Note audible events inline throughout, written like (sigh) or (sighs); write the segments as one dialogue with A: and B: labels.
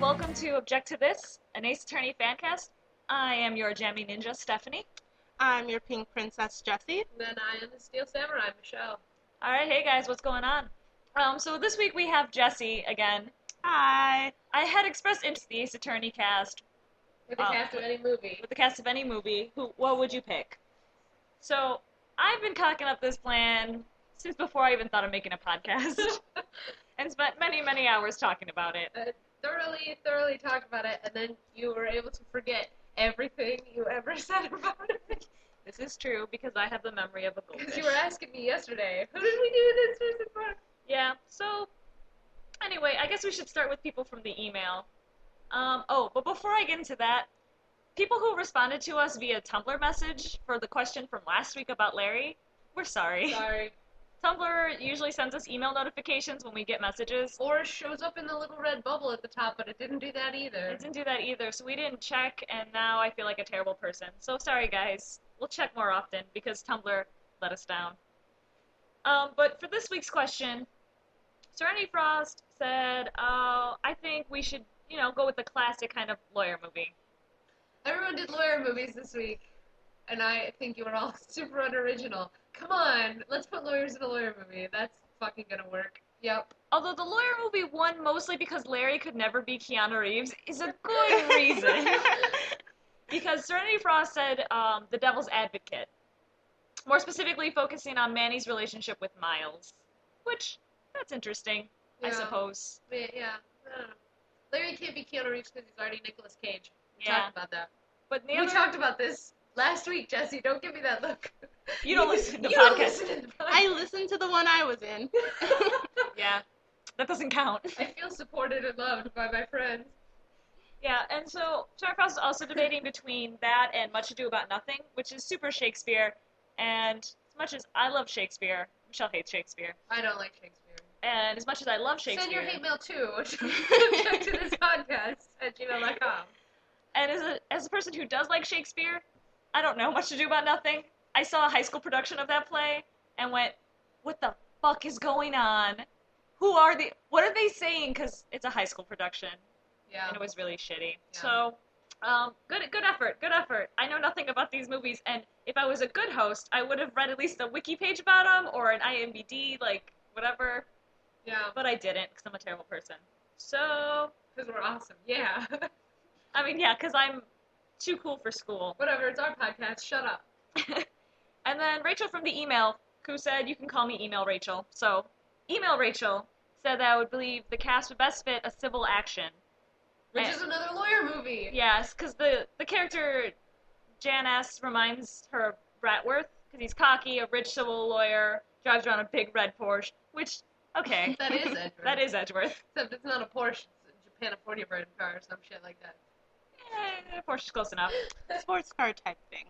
A: welcome to Object to This, an Ace Attorney fancast. I am your jammy ninja, Stephanie.
B: I'm your pink princess, Jessie.
C: Then I am the Steel Samurai, Michelle.
A: All right, hey guys, what's going on? Um, so this week we have Jesse again.
B: Hi.
A: I had expressed interest in the Ace Attorney cast
C: With the
A: Um,
C: cast of any movie. (laughs)
A: with the cast of any movie. Who, what would you pick? So I've been cocking up this plan since before I even thought of making a podcast, (laughs) and spent many, many hours talking about it.
C: Thoroughly, thoroughly talked about it, and then you were able to forget everything you ever (laughs) said about it.
A: This is true because I have the memory of a goldfish.
C: Because you were asking me yesterday, who did we do this person for?
A: (laughs) Yeah. So, anyway, I guess we should start with people from the email. Um, oh, but before I get into that, people who responded to us via Tumblr message for the question from last week about Larry, we're sorry.
C: Sorry.
A: (laughs) Tumblr usually sends us email notifications when we get messages.
C: Or it shows up in the little red bubble at the top, but it didn't do that either.
A: It didn't do that either, so we didn't check, and now I feel like a terrible person. So sorry, guys. We'll check more often because Tumblr let us down. Um, but for this week's question, Serenity Frost said, uh, I think we should, you know, go with the classic kind of lawyer movie.
C: Everyone did lawyer movies this week, and I think you were all (laughs) super unoriginal. Come on, let's put lawyers in a lawyer movie. That's fucking gonna work. Yep.
A: Although the lawyer movie won mostly because Larry could never be Keanu Reeves is a good reason. because Serenity Frost said um, the devil's advocate, more specifically focusing on Manny's relationship with Miles, which that's interesting, I
C: Yeah.
A: suppose.
C: I mean, yeah. I don't know. Larry can't be Keanu Reeves because he's already Nicolas Cage. We
A: Yeah,
C: talked about that.
A: but the
C: We
A: other,
C: talked about this last week, Jesse. Don't give me that look.
A: you don't listen to the
C: (laughs) you don't
A: podcast.
C: listen to the podcast.
B: (laughs) I listened to the one I was in.
A: (laughs) Yeah, that doesn't count.
C: I feel supported and loved by my friends.
A: (laughs) Yeah, and so Serenity Frost is also debating between that and Much Ado About Nothing, which is super Shakespeare, and as much as I love Shakespeare, Michelle hates Shakespeare,
C: I don't like Shakespeare.
A: and as much as I love
C: Send
A: Shakespeare,
C: your hate mail too. (laughs) Check to
A: (laughs)
C: this podcast at gmail.com.
A: And as a, as a person who does like Shakespeare, I don't know much to do about nothing. I saw a high school production of that play and went, what the fuck is going on? Who are they? What are they saying? Because it's a high school production
C: Yeah.
A: and it was really shitty.
C: Yeah.
A: So, um, good good effort, good effort. I know nothing about these movies, and if I was a good host, I would have read at least a wiki page about them or an IMDb, like whatever.
C: Yeah.
A: But I didn't because I'm a terrible person. So,
C: Because we're awesome. Yeah. (laughs)
A: I mean, yeah, because I'm too cool for school.
C: Whatever, it's our podcast. Shut up.
A: (laughs) And then Rachel from the email, who said, You can call me Email Rachel. So, Email Rachel said that I would believe the cast would best fit a civil action.
C: Which
A: Eh.
C: is another lawyer movie.
A: Yes, because the, the character Janice reminds her of Bratworth, because he's cocky, a rich civil lawyer, drives around a big red Porsche, which,
C: (laughs)
A: okay,
C: That is Edward.
A: (laughs) that is Edgeworth.
C: Except it's not a Porsche. It's a Japanifordia brand car or some shit like that.
A: Eh, Porsche's close enough.
B: Sports car type thing.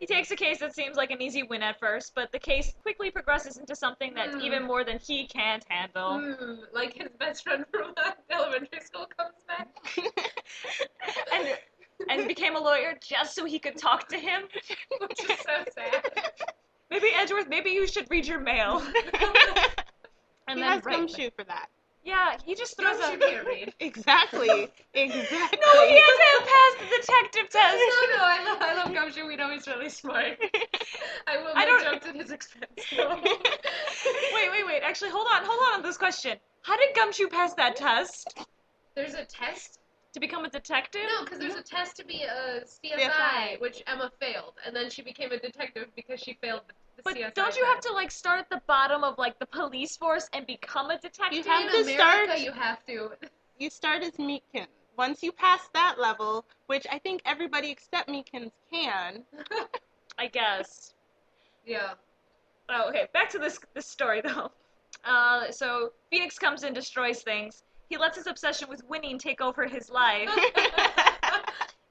A: He takes a case that seems like an easy win at first, but the case quickly progresses into something that's
C: Hmm.
A: even more than he can't handle.
C: Mm, like his best friend from (laughs) elementary school comes back.
A: and and became a lawyer just so he could talk to him. (laughs)
C: Which is so sad. (laughs)
A: Maybe Edgeworth, maybe you should read your mail. And
B: he
A: then
B: has
A: write-
B: gumshoe for that.
A: Yeah, he just throws
C: Don't
A: a
C: you can't read.
A: (laughs)
B: Exactly. exactly.
A: No, he has to have passed the detective
C: No,
A: test.
C: no, I love, I love Gumshoe. We know he's
A: (laughs)
C: really smart. I will
A: I
C: make
A: don't-
C: jokes at
A: (laughs)
C: his expense. No. (laughs)
A: Wait, wait, wait. Actually, hold on, hold on on this question. How did Gumshoe pass that test?
C: There's a test.
A: To become a detective?
C: No, because there's a test to be a CSI,
B: CSI.
C: which Emma failed, and then she became a detective because she failed the, the
A: But
C: CSI.
A: don't you have
C: test.
A: to like start at the bottom of like the police force and become a detective?
B: have
C: In
B: to
C: America,
B: start-
C: You have to.
B: you start as Meatkin. Once you pass that level, which I think everybody except Meatkins can,
A: I guess.
C: Yeah.
A: Oh, okay. Back to this this story though. Uh, so Phoenix comes and destroys things. He lets his obsession with winning take over his
C: (laughs)
A: life.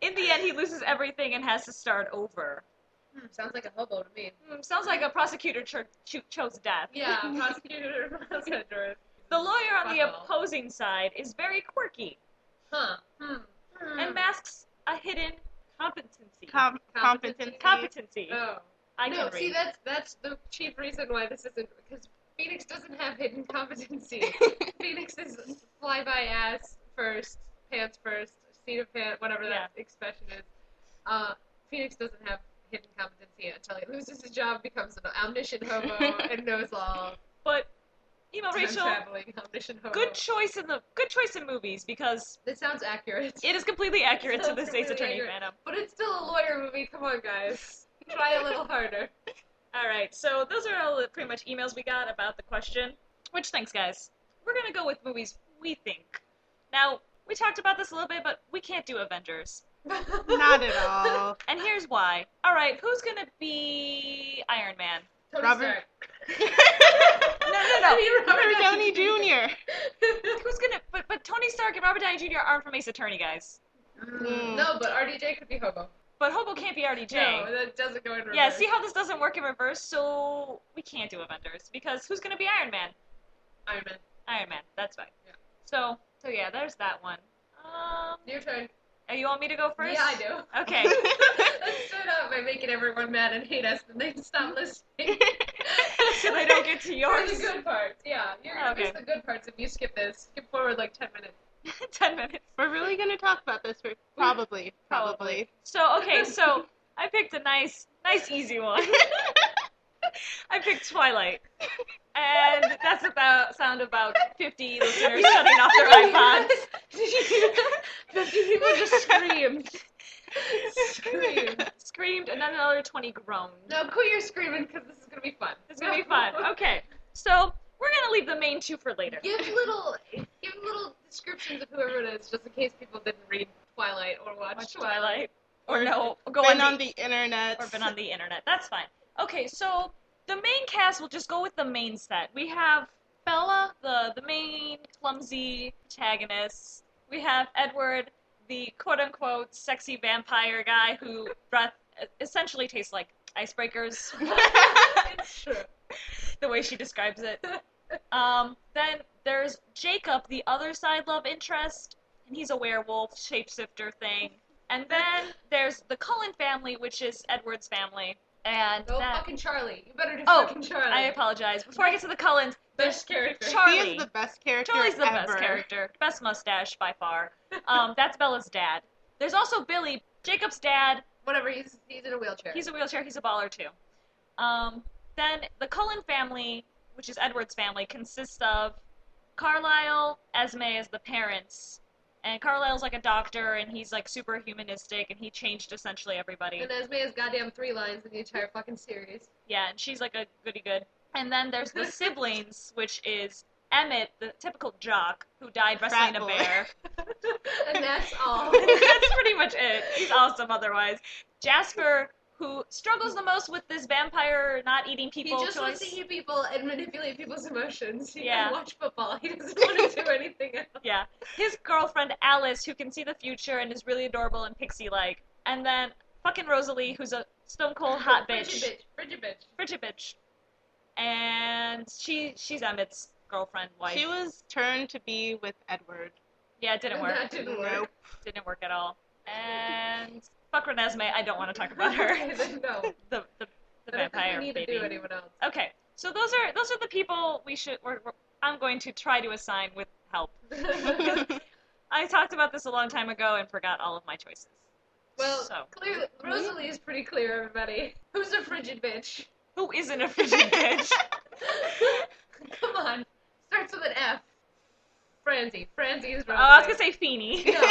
A: In the end, he loses everything and has to start over.
C: Hmm, Sounds like a hobo to
A: (laughs)
C: me.
A: Hmm, sounds like a prosecutor cho- cho- chose death.
C: Yeah, prosecutor (laughs) Miles Edgeworth.
A: The lawyer on the
C: Fuck all.
A: opposing side is very quirky
C: Huh. Hmm. Hmm.
A: and masks a hidden competency.
B: com- competency.
C: Competency.
A: competency.
C: Oh.
A: I
C: no,
A: can
C: see
A: read.
C: that's that's the chief reason why this isn't because Phoenix doesn't have hidden competency. Phoenix is fly by ass first, pants first, seat of pants, whatever that expression is. Uh, Phoenix doesn't have hidden competency until he loses his job, becomes an omniscient hobo, and knows all.
A: But you know, Oh,
C: Time
A: Rachel,
C: traveling omniscient hobo.
A: good choice in the good choice in movies because
C: That sounds accurate.
A: it is completely accurate to
C: Sounds
A: the state's
C: completely
A: attorney
C: accurate.
A: phantom.
C: But it's still a lawyer movie. Come on, guys. Try a little harder.
A: All right, so those are all the pretty much emails we got about the question. Which thanks, guys. We're gonna go with movies we think. Now we talked about this a little bit, but we can't do Avengers,
B: Not
C: (laughs)
B: at
A: (laughs)
B: all.
A: and here's why. All right, who's gonna be Iron Man?
C: Tony
B: Robert-
C: Stark.
A: No, no, (laughs) no.
C: Hey,
B: Robert Downey Jr.
A: Who's gonna? But but Tony Stark and Robert Downey Jr. aren't from Ace Attorney, guys.
B: Mm.
C: No, but RDJ could be hobo.
A: But Hobo can't be RDJ.
C: No, that doesn't go in reverse.
A: Yeah, see how this doesn't work in reverse, so we can't do Avengers because who's gonna be Iron Man?
C: Iron Man.
A: Iron Man, that's right.
C: Yeah.
A: So so yeah, there's that one. Um,
C: Your turn.
A: oh, you want me to go first?
C: Yeah, I do. (laughs)
A: do. (laughs) Okay. (laughs)
C: Let's start out by making everyone mad and hate us, and
A: (laughs)
C: then stop listening.
A: so they don't get to
C: Or
A: yours. Oh,
C: the good parts. Yeah, you're gonna miss
A: Okay.
C: the good parts if you skip this. Skip forward like ten
A: (laughs)
C: minutes.
A: Ten minutes.
B: (laughs) We're really gonna talk about this for probably, probably.
A: So okay, so I picked a nice, nice easy one. (laughs) I picked Twilight, and that's about sound about fifty
C: (laughs)
A: listeners shutting off their iPods.
C: Did you hear that? (laughs) Fifty people just screamed.
B: (laughs)
C: screamed.
A: (laughs) Screamed, and then another twenty groaned.
C: Now quit your screaming because this is gonna be fun.
A: It's gonna be
C: (laughs)
A: fun. Okay, so we're gonna leave the main two for later.
C: Give little, give little descriptions of whoever it is, just in case people didn't read Twilight or watch,
A: Watch Twilight, or no, go
B: been
A: on
B: on the internet.
A: or been on the internet. That's fine. Okay, so the main cast will just go with the main set. We have Bella, the the main clumsy protagonist. We have Edward, the quote unquote sexy vampire guy who breath essentially tastes like icebreakers,
C: It's true.
A: (laughs) the way she describes it. Um, then there's Jacob, the other side love interest, and he's a werewolf shapeshifter thing. And then there's the Cullen family, which is Edward's family, and
C: Go
A: that-
C: fucking Charlie. You better do
A: Oh,
C: fucking Charlie.
A: I apologize. Before I get to the Cullens, there's
C: Best character.
A: Char-
B: He
A: Charlie.
B: is the best character.
A: Charlie's the best
B: ever.
A: character, best mustache by far. Um, that's Bella's dad. There's also Billy, Jacob's dad.
C: Whatever. He's he's in a wheelchair.
A: He's a wheelchair. He's a baller too. Um, then the Cullen family, which is Edward's family, consists of Carlisle, Esme as the parents, and Carlisle's like a doctor, and he's like super humanistic, and he changed essentially everybody.
C: and Esme has goddamn three lines in the entire
A: (laughs)
C: fucking series.
A: Yeah, and she's like a goody good. And then there's
C: (laughs)
A: the siblings, which is Emmett, the typical jock who died wrestling
B: Frat
A: a
B: boy.
C: (laughs)
A: bear. (laughs)
C: and that's all.
A: That's pretty much it. He's awesome otherwise. Jasper, who struggles the most with this vampire not eating
C: He
A: people
C: just wants
A: choice.
C: to eat people and manipulate people's emotions. He
A: Yeah.
C: can watch football. He
A: (laughs)
C: doesn't want to do anything else.
A: Yeah. His girlfriend Alice, who can see the future and is really adorable and pixie like. And then fucking Rosalie, who's a stone cold hot bitch.
C: Frigid bitch. Frigid bitch.
A: Frigid bitch. And she she's Emmett's girlfriend, wife.
B: She was turned to be with
C: (laughs)
B: Edward.
A: yeah, it didn't work.
C: That didn't work.
A: (laughs)
B: Nope.
A: didn't work at all. And fuck Renesmee, I don't want to talk about
C: (laughs)
A: her.
C: Okay, then no.
A: the the, the
C: I don't think
A: vampire
C: we need
A: baby.
C: to do
A: (laughs)
C: anyone else. (laughs)
A: Okay, so those are those are the people we should. We're, we're, I'm going to try to assign with help. I talked about this a long time ago and forgot all of my choices.
C: well,
A: so
C: clearly, Rosalie is pretty clear, everybody. Who's a frigid bitch?
A: who isn't a (laughs) frigid bitch?
C: (laughs) Come on. Starts with an F. Franzi. Franzi is
A: Oh,
C: Rosalie.
A: I was gonna say (laughs) Feeny.
C: No,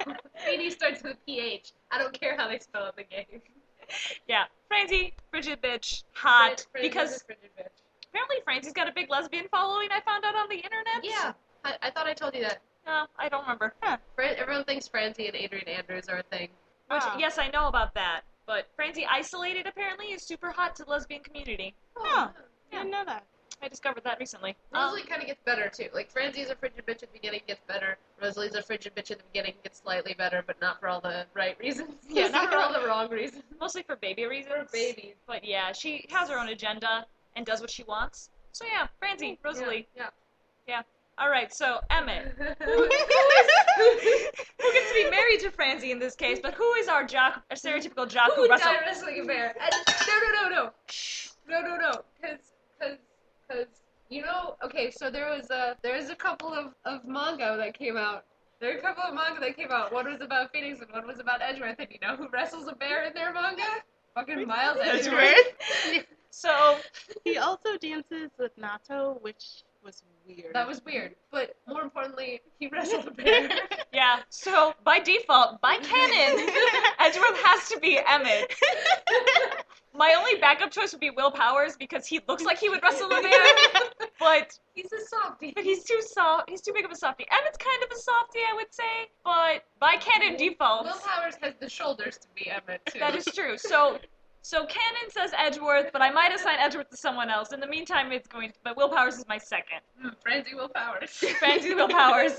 C: no. Phoebe starts with a PH. I don't care how they spell it in the game.
A: yeah, Francie, frigid bitch, hot.
C: Fran- Franzi's
A: because
C: a frigid bitch.
A: apparently Francie's got a big lesbian following. I found out on the internet.
C: Yeah, I, I thought I told you that.
A: No, I don't remember.
C: Fran- everyone thinks Franzi and Adrian Andrews are a thing.
A: Which,
B: Ah.
A: yes, I know about that. But Francie Isolated apparently is super hot to the lesbian community. Yeah.
B: Huh.
A: Oh.
B: I didn't know that.
A: I discovered that recently.
C: Oh,
A: Um,
C: Rosalie kind of gets better too. Like Franzi's a frigid bitch at the beginning, gets better. Rosalie's a frigid bitch at the beginning, gets slightly better, but not for all the right reasons. (laughs)
B: Yeah,
C: not
B: not
C: for all the wrong reasons.
A: Um, mostly for baby reasons.
C: For babies.
A: But yeah, she has her own agenda and does what she wants. So Oh, yeah, Francie, Rosalie.
C: Yeah.
A: All right, so Emmett.
C: (laughs) yeah.
A: Who gets to be married to Francie in this case? But who is our jock, our stereotypical jock who,
C: Who would
A: wrestled?
C: die wrestling a bear? And no, no, no, no, no, no, no, because, because, because you know. Okay, so there was a there was a couple of of manga that came out There are a couple of manga that came out. One was about Phoenix and one was about Edgeworth. And you know who wrestles a bear in their manga? Fucking Miles Edgeworth.
A: So
B: he also dances with Nato, which was weird.
C: That
B: (laughs)
C: was weird. But more importantly, he wrestled a
A: (laughs)
C: bear.
A: yeah, so by default, by canon, (laughs) Edgeworth has to be Emmett. My only backup choice would be Will Powers because he looks like he would wrestle
B: (laughs)
A: a bear, but
C: He's a softie.
A: but he's too soft. He's too big of a softie. Emmett's kind of a softie, I would say, but by canon default,
C: Will Powers has the shoulders to be Emmett, too.
A: that is true. So. So canon says Edgeworth, but I might assign Edgeworth to someone else. In the meantime, it's going. But Will Powers is my second.
C: Hmm, Franzi Will Powers.
A: Franzi Will
C: (laughs)
A: Powers.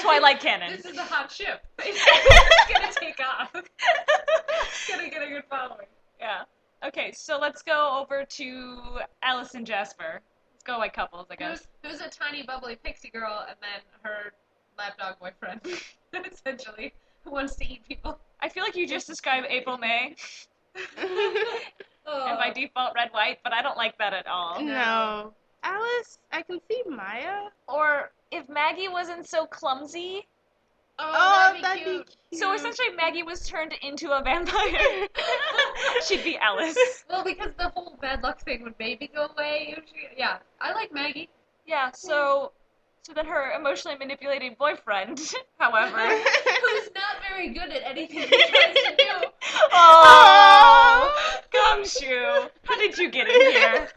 A: Twilight canon.
C: This is a hot ship. it's gonna take off. It's gonna get a good following.
A: Yeah. Okay, so let's go over to Alice and Jasper. Let's go by couples, I
C: Who's,
A: guess.
C: who's a tiny, bubbly pixie girl, and then her lapdog boyfriend, (laughs) essentially, who wants to eat people.
A: I feel like you just described April May
C: Oh.
A: and
C: Uh,
A: by default red white, but I don't like that at all.
B: no. Alice, I can see Maya.
A: Or if Maggie wasn't so clumsy.
C: Oh,
B: Oh,
C: that'd be
B: that'd be
C: cute.
B: cute.
A: So
B: (laughs)
A: essentially Maggie was turned into a vampire. (laughs) She'd be Alice.
C: Well, because the whole bad luck thing would maybe go away. Usually, yeah. I like Maggie.
A: Yeah, so so then her emotionally manipulating boyfriend, (laughs)
C: (laughs)
A: however.
C: Who's not very good at anything he tries to do.
A: oh Gumshoe. How did you get (laughs) in here?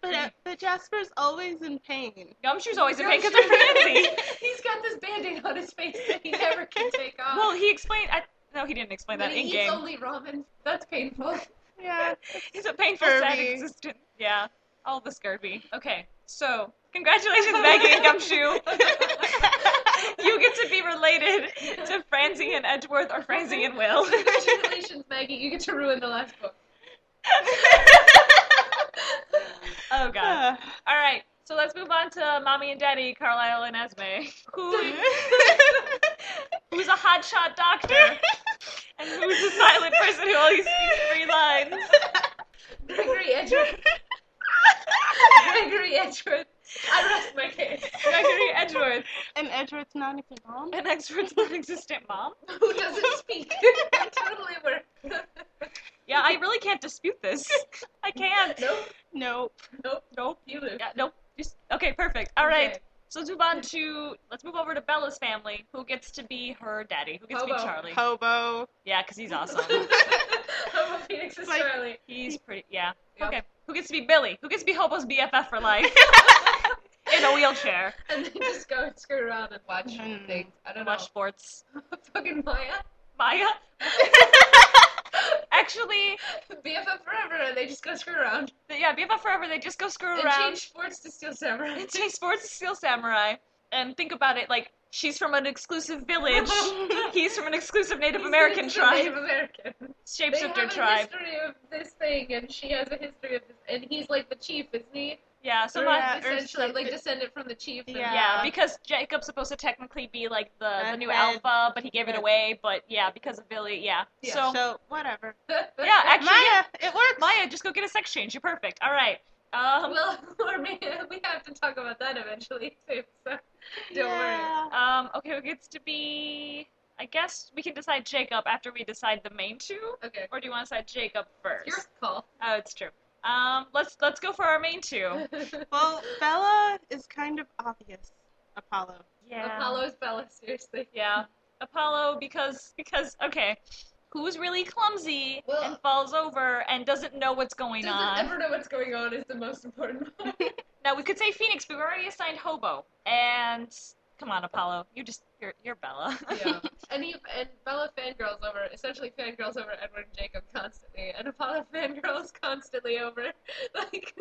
B: but, uh, but Jasper's always in pain.
A: Gumshoe's always in pain because of
B: (laughs)
C: Gumshoe.
A: Francie.
C: He's got this band-aid on his face that he never can take
A: (laughs)
C: off.
A: Well, he explained. I, no, he didn't explain
C: Then
A: that
C: he
A: in
C: eats
A: game. (laughs)
C: only ramen. That's painful. (laughs)
B: Yeah.
A: It's a painful,
B: for
A: sad
B: me.
A: existence. Yeah, all the scurvy. Okay, so congratulations, Maggie (laughs) and Gumshoe. (laughs) you get to be related to Francie and Edgeworth or Francie and
C: (laughs)
A: Will.
C: Congratulations, Maggie. You get to ruin the last book.
A: oh God.
B: (laughs) Uh,
A: All right, so let's move on to mommy and daddy, Carlisle and Esme, who
B: (laughs)
A: who's a hotshot doctor and who's a silent person who only speaks three lines. (laughs)
C: Gregory Edgeworth. Gregory Edgeworth. I rest my case.
A: Gregory Edgeworth.
B: (laughs) and Edward's not even mom.
A: An expert's non-existent mom?
C: Who doesn't speak?
A: (laughs)
C: That totally works.
A: Yeah, I really can't dispute this. I can't.
C: nope.
B: Nope.
C: Nope.
A: Nope.
C: You lose.
A: Yeah, nope. Just okay. Perfect. All right.
C: Okay.
A: So let's move on to let's move over to Bella's family, who gets to be her daddy, who gets to
C: Hobo.
A: be Charlie. Yeah, 'cause
B: Hobo.
A: Yeah, because he's
C: (laughs)
A: awesome.
C: Homo Phoenix is
B: Like-
C: Charlie.
A: he's pretty. Yeah.
C: Yep.
A: Okay. Who gets to be Billy? Who gets to be Hobo's BFF for
C: (laughs)
A: life? In a wheelchair.
C: And then just go and screw around and watch
B: Mm.
C: things. I don't
A: Mm-hmm. Watch sports.
C: know. (laughs) Fucking Maya. (laughs)
A: Maya. Actually,
C: BFF forever, and they just go screw around.
A: yeah, BFF forever. They just go screw
C: And
A: around.
C: change
A: (laughs)
C: sports to Steel Samurai.
A: It takes four to steal samurai. And think about it, like she's from an exclusive
C: (laughs)
A: village. He's from an exclusive Native
C: He's
A: American
C: a
A: tribe,
C: Native American. They have
A: shapeshifter
C: a
A: tribe.
C: history of this thing, and she has a history of this, and he's like the chief, isn't he?
A: Yeah, so
C: Or
A: my-
B: Yeah, or
C: essentially, like
B: something.
C: descended from the chief. and-
A: yeah.
B: Yeah.
C: (laughs)
A: because Jacob's supposed to technically be like the, the
B: The
A: new
B: head.
A: alpha, but he gave it
B: Yeah.
A: away. But yeah, because of Billy, yeah.
C: Yeah.
A: So
B: So whatever.
A: yeah, actually, yeah.
B: Maya, it works.
A: Maya, just go get a sex change. You're perfect. All right. Um,
C: (laughs) well, or may- we have to talk about that eventually too. So (laughs) don't worry.
B: yeah.
A: um, okay, who gets to be? I guess we can decide Jacob after we decide the main two,
C: Okay,
A: or do you want to decide Jacob first?
C: your call.
A: Oh, it's true. Um, let's let's go for our main two.
C: (laughs)
B: Well, Bella is kind of obvious. Apollo. (laughs)
A: Yeah.
C: Apollo's Bella, seriously.
A: Yeah. Apollo because because okay. Who's really clumsy
C: Well-
A: and falls over and doesn't know what's going
C: Doesn't
A: on.
C: ever know what's going on is the most important (laughs) part.
A: Now we could say Phoenix, but we already assigned Hobo. And come on, Apollo, you just you're, you're Bella. (laughs)
C: (laughs) yeah. And he and Bella fangirls over, essentially fangirls over Edward and Jacob constantly, and Apollo fangirls constantly over (laughs) like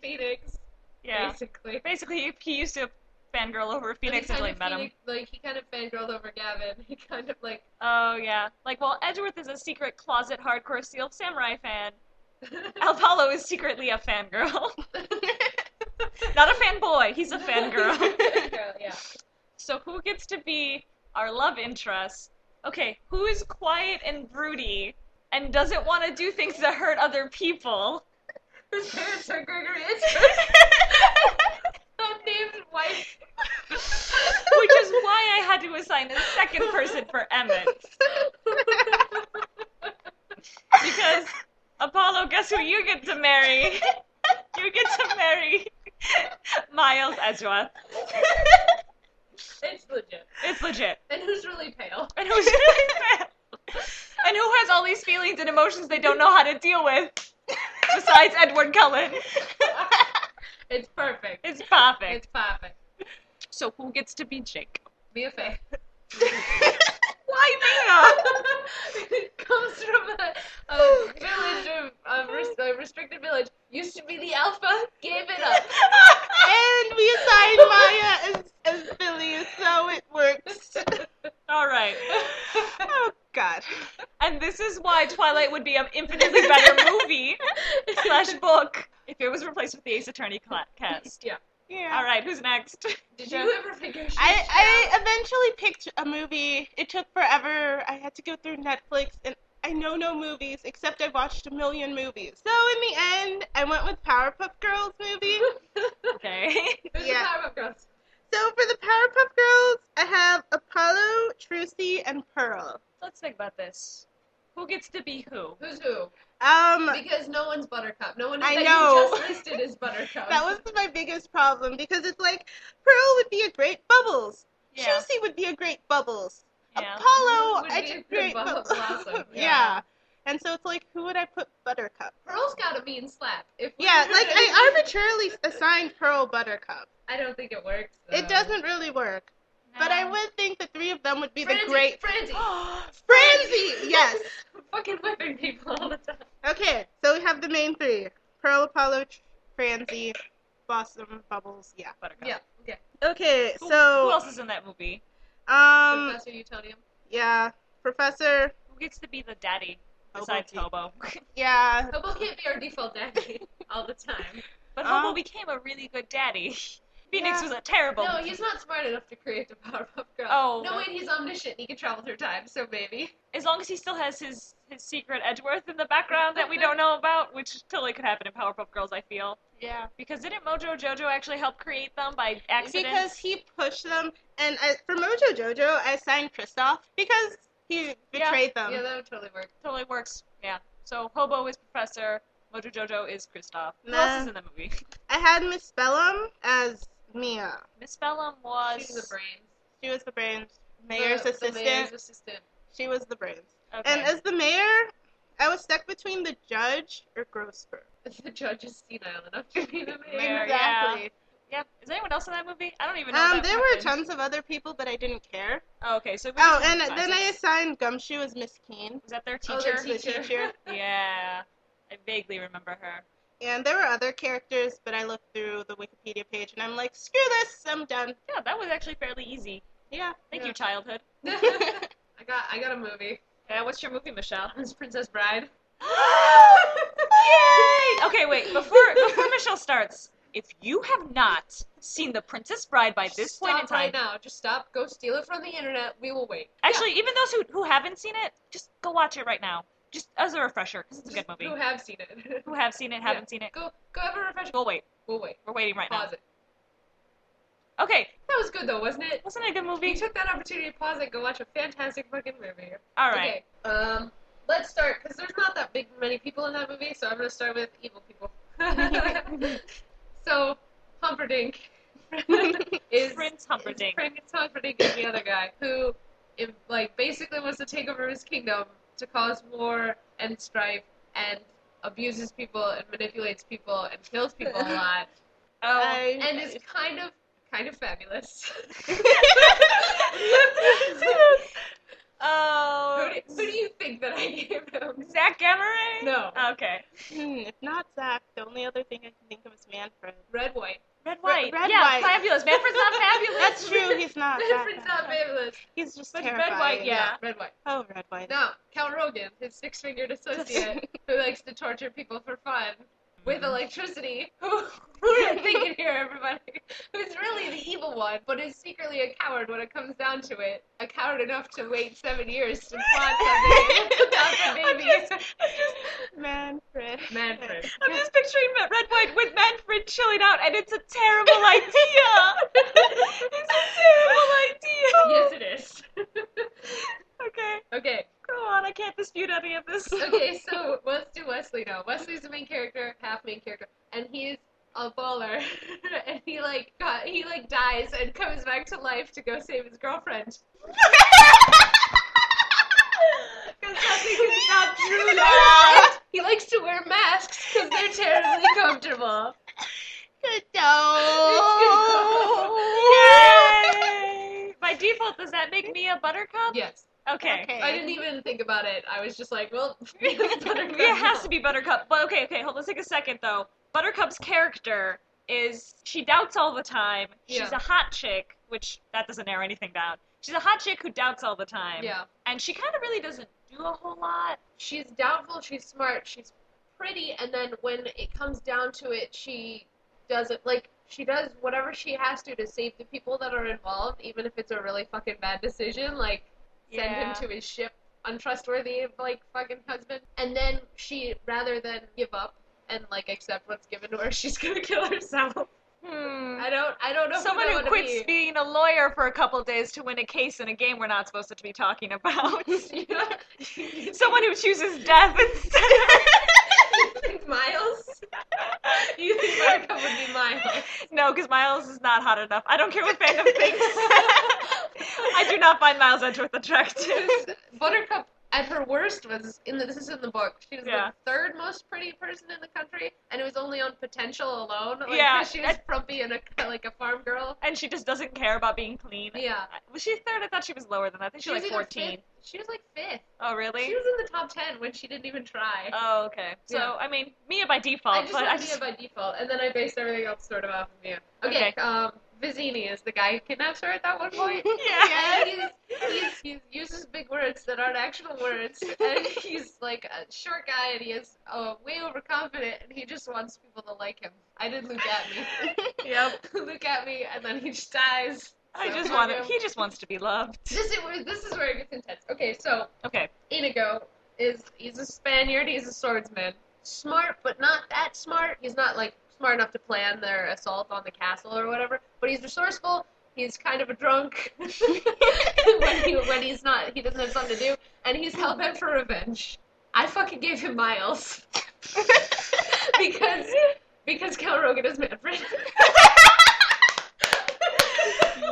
C: Phoenix,
A: yeah.
C: basically.
A: Basically, he- he used to fangirl over Phoenix
C: Like,
A: until
C: kind
A: he
C: of
A: met him.
C: Phoenix- Like he kind of fangirled over Gavin. He kind of like (laughs)
A: Oh yeah. Like while Edgeworth is a secret closet hardcore Steel Samurai fan, Apollo is secretly a fangirl. (laughs) Not a fanboy. He's a fangirl.
C: (laughs) Fangirl, yeah.
A: So who gets to be our love interest? Okay, who is quiet and broody and doesn't want to do things that hurt other people? (laughs)
C: His parents are Gregory Edgeworth. Unnamed wife.
A: Which is why I had to assign a second person for Emmett. Because, Apollo, guess who you get to marry? You get to marry Miles Edgeworth.
C: (laughs) It's legit.
A: It's legit.
C: And who's really pale?
A: And who's really bad. And who has all these feelings and emotions they don't know how to deal with besides Edward Cullen.
C: It's perfect.
A: It's perfect.
C: It's perfect.
A: So who gets to be Jake?
C: Mia Faye.
A: Why (laughs)
C: (laughs) comes from a, a village of a, res- a restricted village. Used to be the alpha, gave it up.
B: and we assigned Maya as, as Billy, so it (laughs) works.
A: All right.
B: Oh God.
A: And this is why Twilight would be an infinitely (laughs) better movie slash book if it was replaced with the Ace Attorney cla- cast.
C: (laughs) yeah.
B: Yeah.
A: All right, who's next?
C: Did you ever figure shit
B: I,
C: out?
B: I eventually picked a movie. It took forever. I had to go through Netflix, and I know no movies except I watched a million movies. So in the end, I went with Powerpuff Girls movie.
C: (laughs)
A: Okay.
C: Who's
B: yeah.
C: the Powerpuff Girls?
B: so for the Powerpuff Girls, I have Apollo, Trucy, and Pearl.
A: (laughs) Let's think about this. Who gets to be who?
C: Who's who?
B: Um,
C: Because no one's Buttercup. No one
B: I
C: that
B: know.
C: you just listed is Buttercup.
B: that was my biggest problem because it's like Pearl would be a great Bubbles. Trucy would be a great Bubbles.
A: Yeah.
B: Apollo,
C: Would
B: I
C: be a
B: did
C: good
B: great.
C: Bubbles
B: Bubbles. (laughs)
C: Blossom,
B: yeah.
C: yeah.
B: And so it's like, who would I put Buttercup?
C: Pearl's got a mean slap. If we
B: Yeah,
C: were
B: like
C: to-
B: I arbitrarily assigned Pearl Buttercup.
C: I don't think it works.
B: It
C: though.
B: doesn't really work, but
A: Um,
B: I would think the three of them would be
C: Franzi,
B: the great.
C: Franzi.
B: Oh. Franzi, yes.
C: fucking whipping people all the time.
B: Okay, so we have the main three: Pearl, Apollo, Tr- Franzi, Blossom, Bubbles. Yeah.
A: (gasps) Buttercup.
C: Yeah. Okay.
B: Okay,
A: Who, who
B: so
A: else is in that movie?
B: um,
C: Professor Utonium.
B: yeah, Professor.
A: Who gets to be the daddy
B: Hobo
A: besides
B: Pete.
A: Hobo? (laughs)
B: Yeah,
C: Hobo can't be our
B: (laughs)
C: default daddy all the time.
A: But
B: Um,
A: Hobo became a really good daddy. (laughs) Phoenix
B: Yeah.
A: was a terrible.
C: No, he's not smart enough to create the Powerpuff (laughs) Girl.
A: Oh.
C: No, wait, he's omniscient. He can travel through time, so maybe.
A: as long as he still has his his secret Edgeworth in the background that we don't know about, which totally could happen in Powerpuff Girls, I feel.
B: yeah.
A: Because didn't Mojo Jojo actually help create them by accident?
B: Because he pushed them, and I, for Mojo Jojo, I signed Kristoff because he betrayed them.
C: Yeah, that would totally work.
A: totally works. Yeah. So Hobo is Professor. Mojo Jojo is Kristoff. Who
B: Nah.
A: else is in the movie? (laughs)
B: I had Miss Bellum as Mia.
A: Miss Bellum was.
C: She's the brains.
B: She was the brains. Mayor's
C: The-
B: assistant.
C: The mayor's assistant. (laughs)
B: She was the brains.
A: Okay.
B: And as the mayor, I was stuck between the judge or Grossberg.
C: The judge is senile enough to be the
A: Mayor,
C: mayor.
B: exactly.
A: yeah. Is anyone else in that movie? I don't even know.
B: Um,
A: that
B: there were
A: happened.
B: tons of other people, but I didn't care.
A: Oh, okay. So we
B: Oh,
A: just
B: and
A: went
B: then I
A: classes.
B: assigned Gumshoe as Miss Keen,
A: was that their
C: Oh, the
A: teacher?
B: the
C: Teacher.
B: teacher.
A: yeah. I vaguely remember her.
B: and there were other characters, but I looked through the Wikipedia page and I'm like, screw this, I'm done.
A: Yeah, that was actually fairly easy.
B: Yeah.
A: Thank
C: Yeah.
A: you, childhood.
C: (laughs) I got I got a movie.
A: Yeah, what's your movie, Michelle?
C: It's Princess Bride.
A: Yay! Okay, wait. Before before Michelle starts, if you have not seen The Princess Bride by this
C: Just
A: point in
C: stop
A: time,
C: right now. Just stop. Go steal it from the internet. We will wait.
A: actually, even those who, who haven't seen it, just go watch it right now. Just as a refresher, because it's a
C: Just
A: good movie.
C: Who have seen it? (laughs)
A: Who have seen it, haven't seen it,
C: go go have a refresher.
A: go wait.
C: We'll wait.
A: We're waiting right
C: Pause it.
A: now. Okay,
C: That was good though, wasn't it?
A: wasn't it a good
C: We
A: movie?
C: took that opportunity to pause it. Go watch a fantastic fucking movie.
A: All right.
C: Okay. Um, let's start because there's not that big many people in that movie, so I'm gonna start with evil
A: (laughs)
C: people. so, Humperdinck
A: (laughs)
C: is
A: Prince Humperdinck.
C: Prince Humperdinck is the other guy who, if, like, basically wants to take over his kingdom to cause war and strife and abuses people and manipulates people and kills people a lot
A: (laughs) Oh,
B: (laughs)
C: (laughs)
B: I-
C: and is kind of kind of fabulous.
A: oh.
C: (laughs) who, do, who do you think that I gave him?
A: Zach Emery?
C: No,
A: Okay.
B: (laughs) Hmm, if not Zach, the only other thing I can think of is
A: (laughs)
B: Manfred.
C: red white.
A: Red
B: White.
A: White.
B: Red
A: yeah,
B: White.
A: fabulous. Manfred's not fabulous.
B: (laughs) That's true, he's not. That
C: Manfred's not
B: bad.
C: fabulous.
B: He's just
A: But Red
B: terrifying.
A: White, yeah.
C: Red white.
B: Oh, Red White.
C: Now, Cal Rogan, his
A: (laughs)
C: six-fingered associate who likes to torture people for fun
A: Mm-hmm.
C: with electricity. (laughs) Who, who are you thinking here, everybody? Who's really the evil one, but is secretly a coward when it comes down to it.
A: (laughs)
C: A coward enough to wait seven years to plot something about the baby.
A: I'm just
B: (laughs) Manfred.
C: Manfred.
A: I'm just picturing Ma- Red White with Manfred chilling out, and it's a
C: (laughs)
A: terrible idea. it's a terrible idea.
C: yes, it is. (laughs)
A: Okay,
C: okay.
A: go on. I can't dispute any of this. (laughs)
C: Okay, so let's do Wesley now. Wesley's the main character, half main character, and he's a baller. (laughs) and he like got he like dies and comes back to life to go save his girlfriend. Because nothing is not (laughs) true now. He likes to wear masks because they're terribly comfortable.
B: Good
A: Yay! By default, does that make me a buttercup?
C: Yes.
A: Okay.
B: Okay.
C: I didn't even think about it. I was just like, well, (laughs)
A: It has to be Buttercup. But okay, okay, hold on. Let's take a second though. Buttercup's character is she doubts all the time. She's
C: Yeah.
A: a hot chick, which that doesn't narrow anything down. She's a hot chick who doubts all the time.
C: Yeah.
A: And she kind of really doesn't do a whole lot.
C: she's doubtful, she's smart, she's pretty, and then when it comes down to it, she does it like she does whatever she has to to save the people that are involved, even if it's a really fucking bad decision, like send him to his ship, untrustworthy like fucking husband. And then she rather than give up and like accept what's given to her, (laughs) she's gonna kill herself.
A: Hmm.
C: I don't I don't know who
A: Someone
C: I
A: who
C: wanna
A: quits
C: be.
A: being a lawyer for a couple days to win a case in a game we're not supposed to be talking
C: (laughs)
A: about. Someone who chooses death instead.
C: You
A: (laughs)
C: think Miles? You think Buttercup would be Miles?
A: no, because Miles is not hot enough. I don't care what
C: (laughs)
A: fandom thinks. (laughs) I do not find Miles Edgeworth attractive.
C: Buttercup at her worst was in the, this is in the book. She was
A: Yeah.
C: the third most pretty person in the country, and it was only on potential alone. Like,
A: Yeah,
C: 'cause (laughs) she was frumpy and a, like a farm girl.
A: and she just doesn't care about being clean.
C: Yeah,
A: Was she third? I thought she was lower than that. I think she was like
C: either
A: 14.
C: Fifth, she was like fifth.
A: Oh, really?
C: She was in the top ten when she didn't even try.
A: Oh, okay. So,
C: Yeah.
A: I mean, Mia by default,
C: I just
A: but
C: went
A: I
C: Mia
A: just.
C: by default, and then I based everything else sort of off of Mia. Okay, um, Vizzini is the guy who kidnaps her at
A: (laughs)
C: that one point.
A: (laughs)
C: (laughs)
A: Yeah.
C: And he's, he's, he uses big words that aren't actual words, and (laughs) he's like a short guy, and he is uh, way overconfident, and he just wants people to like him. I did look at me,
A: (laughs) Yep.
C: (laughs) look at me, and then he just dies.
A: I
C: So,
A: just
C: fuck
A: want
C: him.
A: it. He just wants to be loved.
C: (laughs) This is where this is where it gets intense. Okay, so
A: Okay.
C: Inigo is he's a Spaniard, he's a swordsman. Smart, but not that smart. He's not like smart enough to plan their assault on the castle or whatever. But he's resourceful. He's kind of a drunk (laughs) when he when he's not he doesn't have something to do, and he's hell bent for revenge. I fucking gave him Miles (laughs) because because Count Rogan is Manfred. (laughs)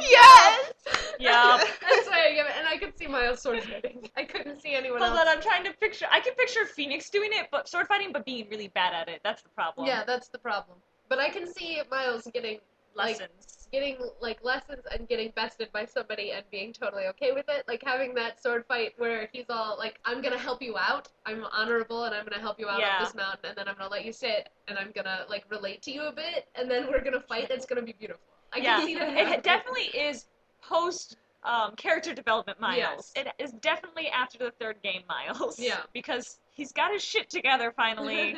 B: Yes.
C: (laughs)
A: Yep.
C: That's why I gave it, and I could see Miles sword fighting. I couldn't see anyone
A: Hold
C: else.
A: on, I'm trying to picture. I can picture Phoenix doing it, but sword fighting, but being really bad at it. That's the problem.
C: Yeah, that's the problem. But I can see Miles getting like
A: Lessons.
C: getting like lessons and getting bested by somebody and being totally okay with it. Like having that sword fight where he's all like, "I'm gonna help you out. I'm honorable and I'm gonna help you out
A: Yeah.
C: up this mountain, and then I'm gonna let you sit and I'm gonna like relate to you a bit, and then we're gonna fight. It's gonna be beautiful." I
A: Yeah.
C: can see that.
A: It
C: happening.
A: definitely is post um, character development Miles.
C: Yes.
A: It is definitely after the third game Miles.
C: Yeah.
A: (laughs) Because he's got his shit together
C: (laughs)
A: finally.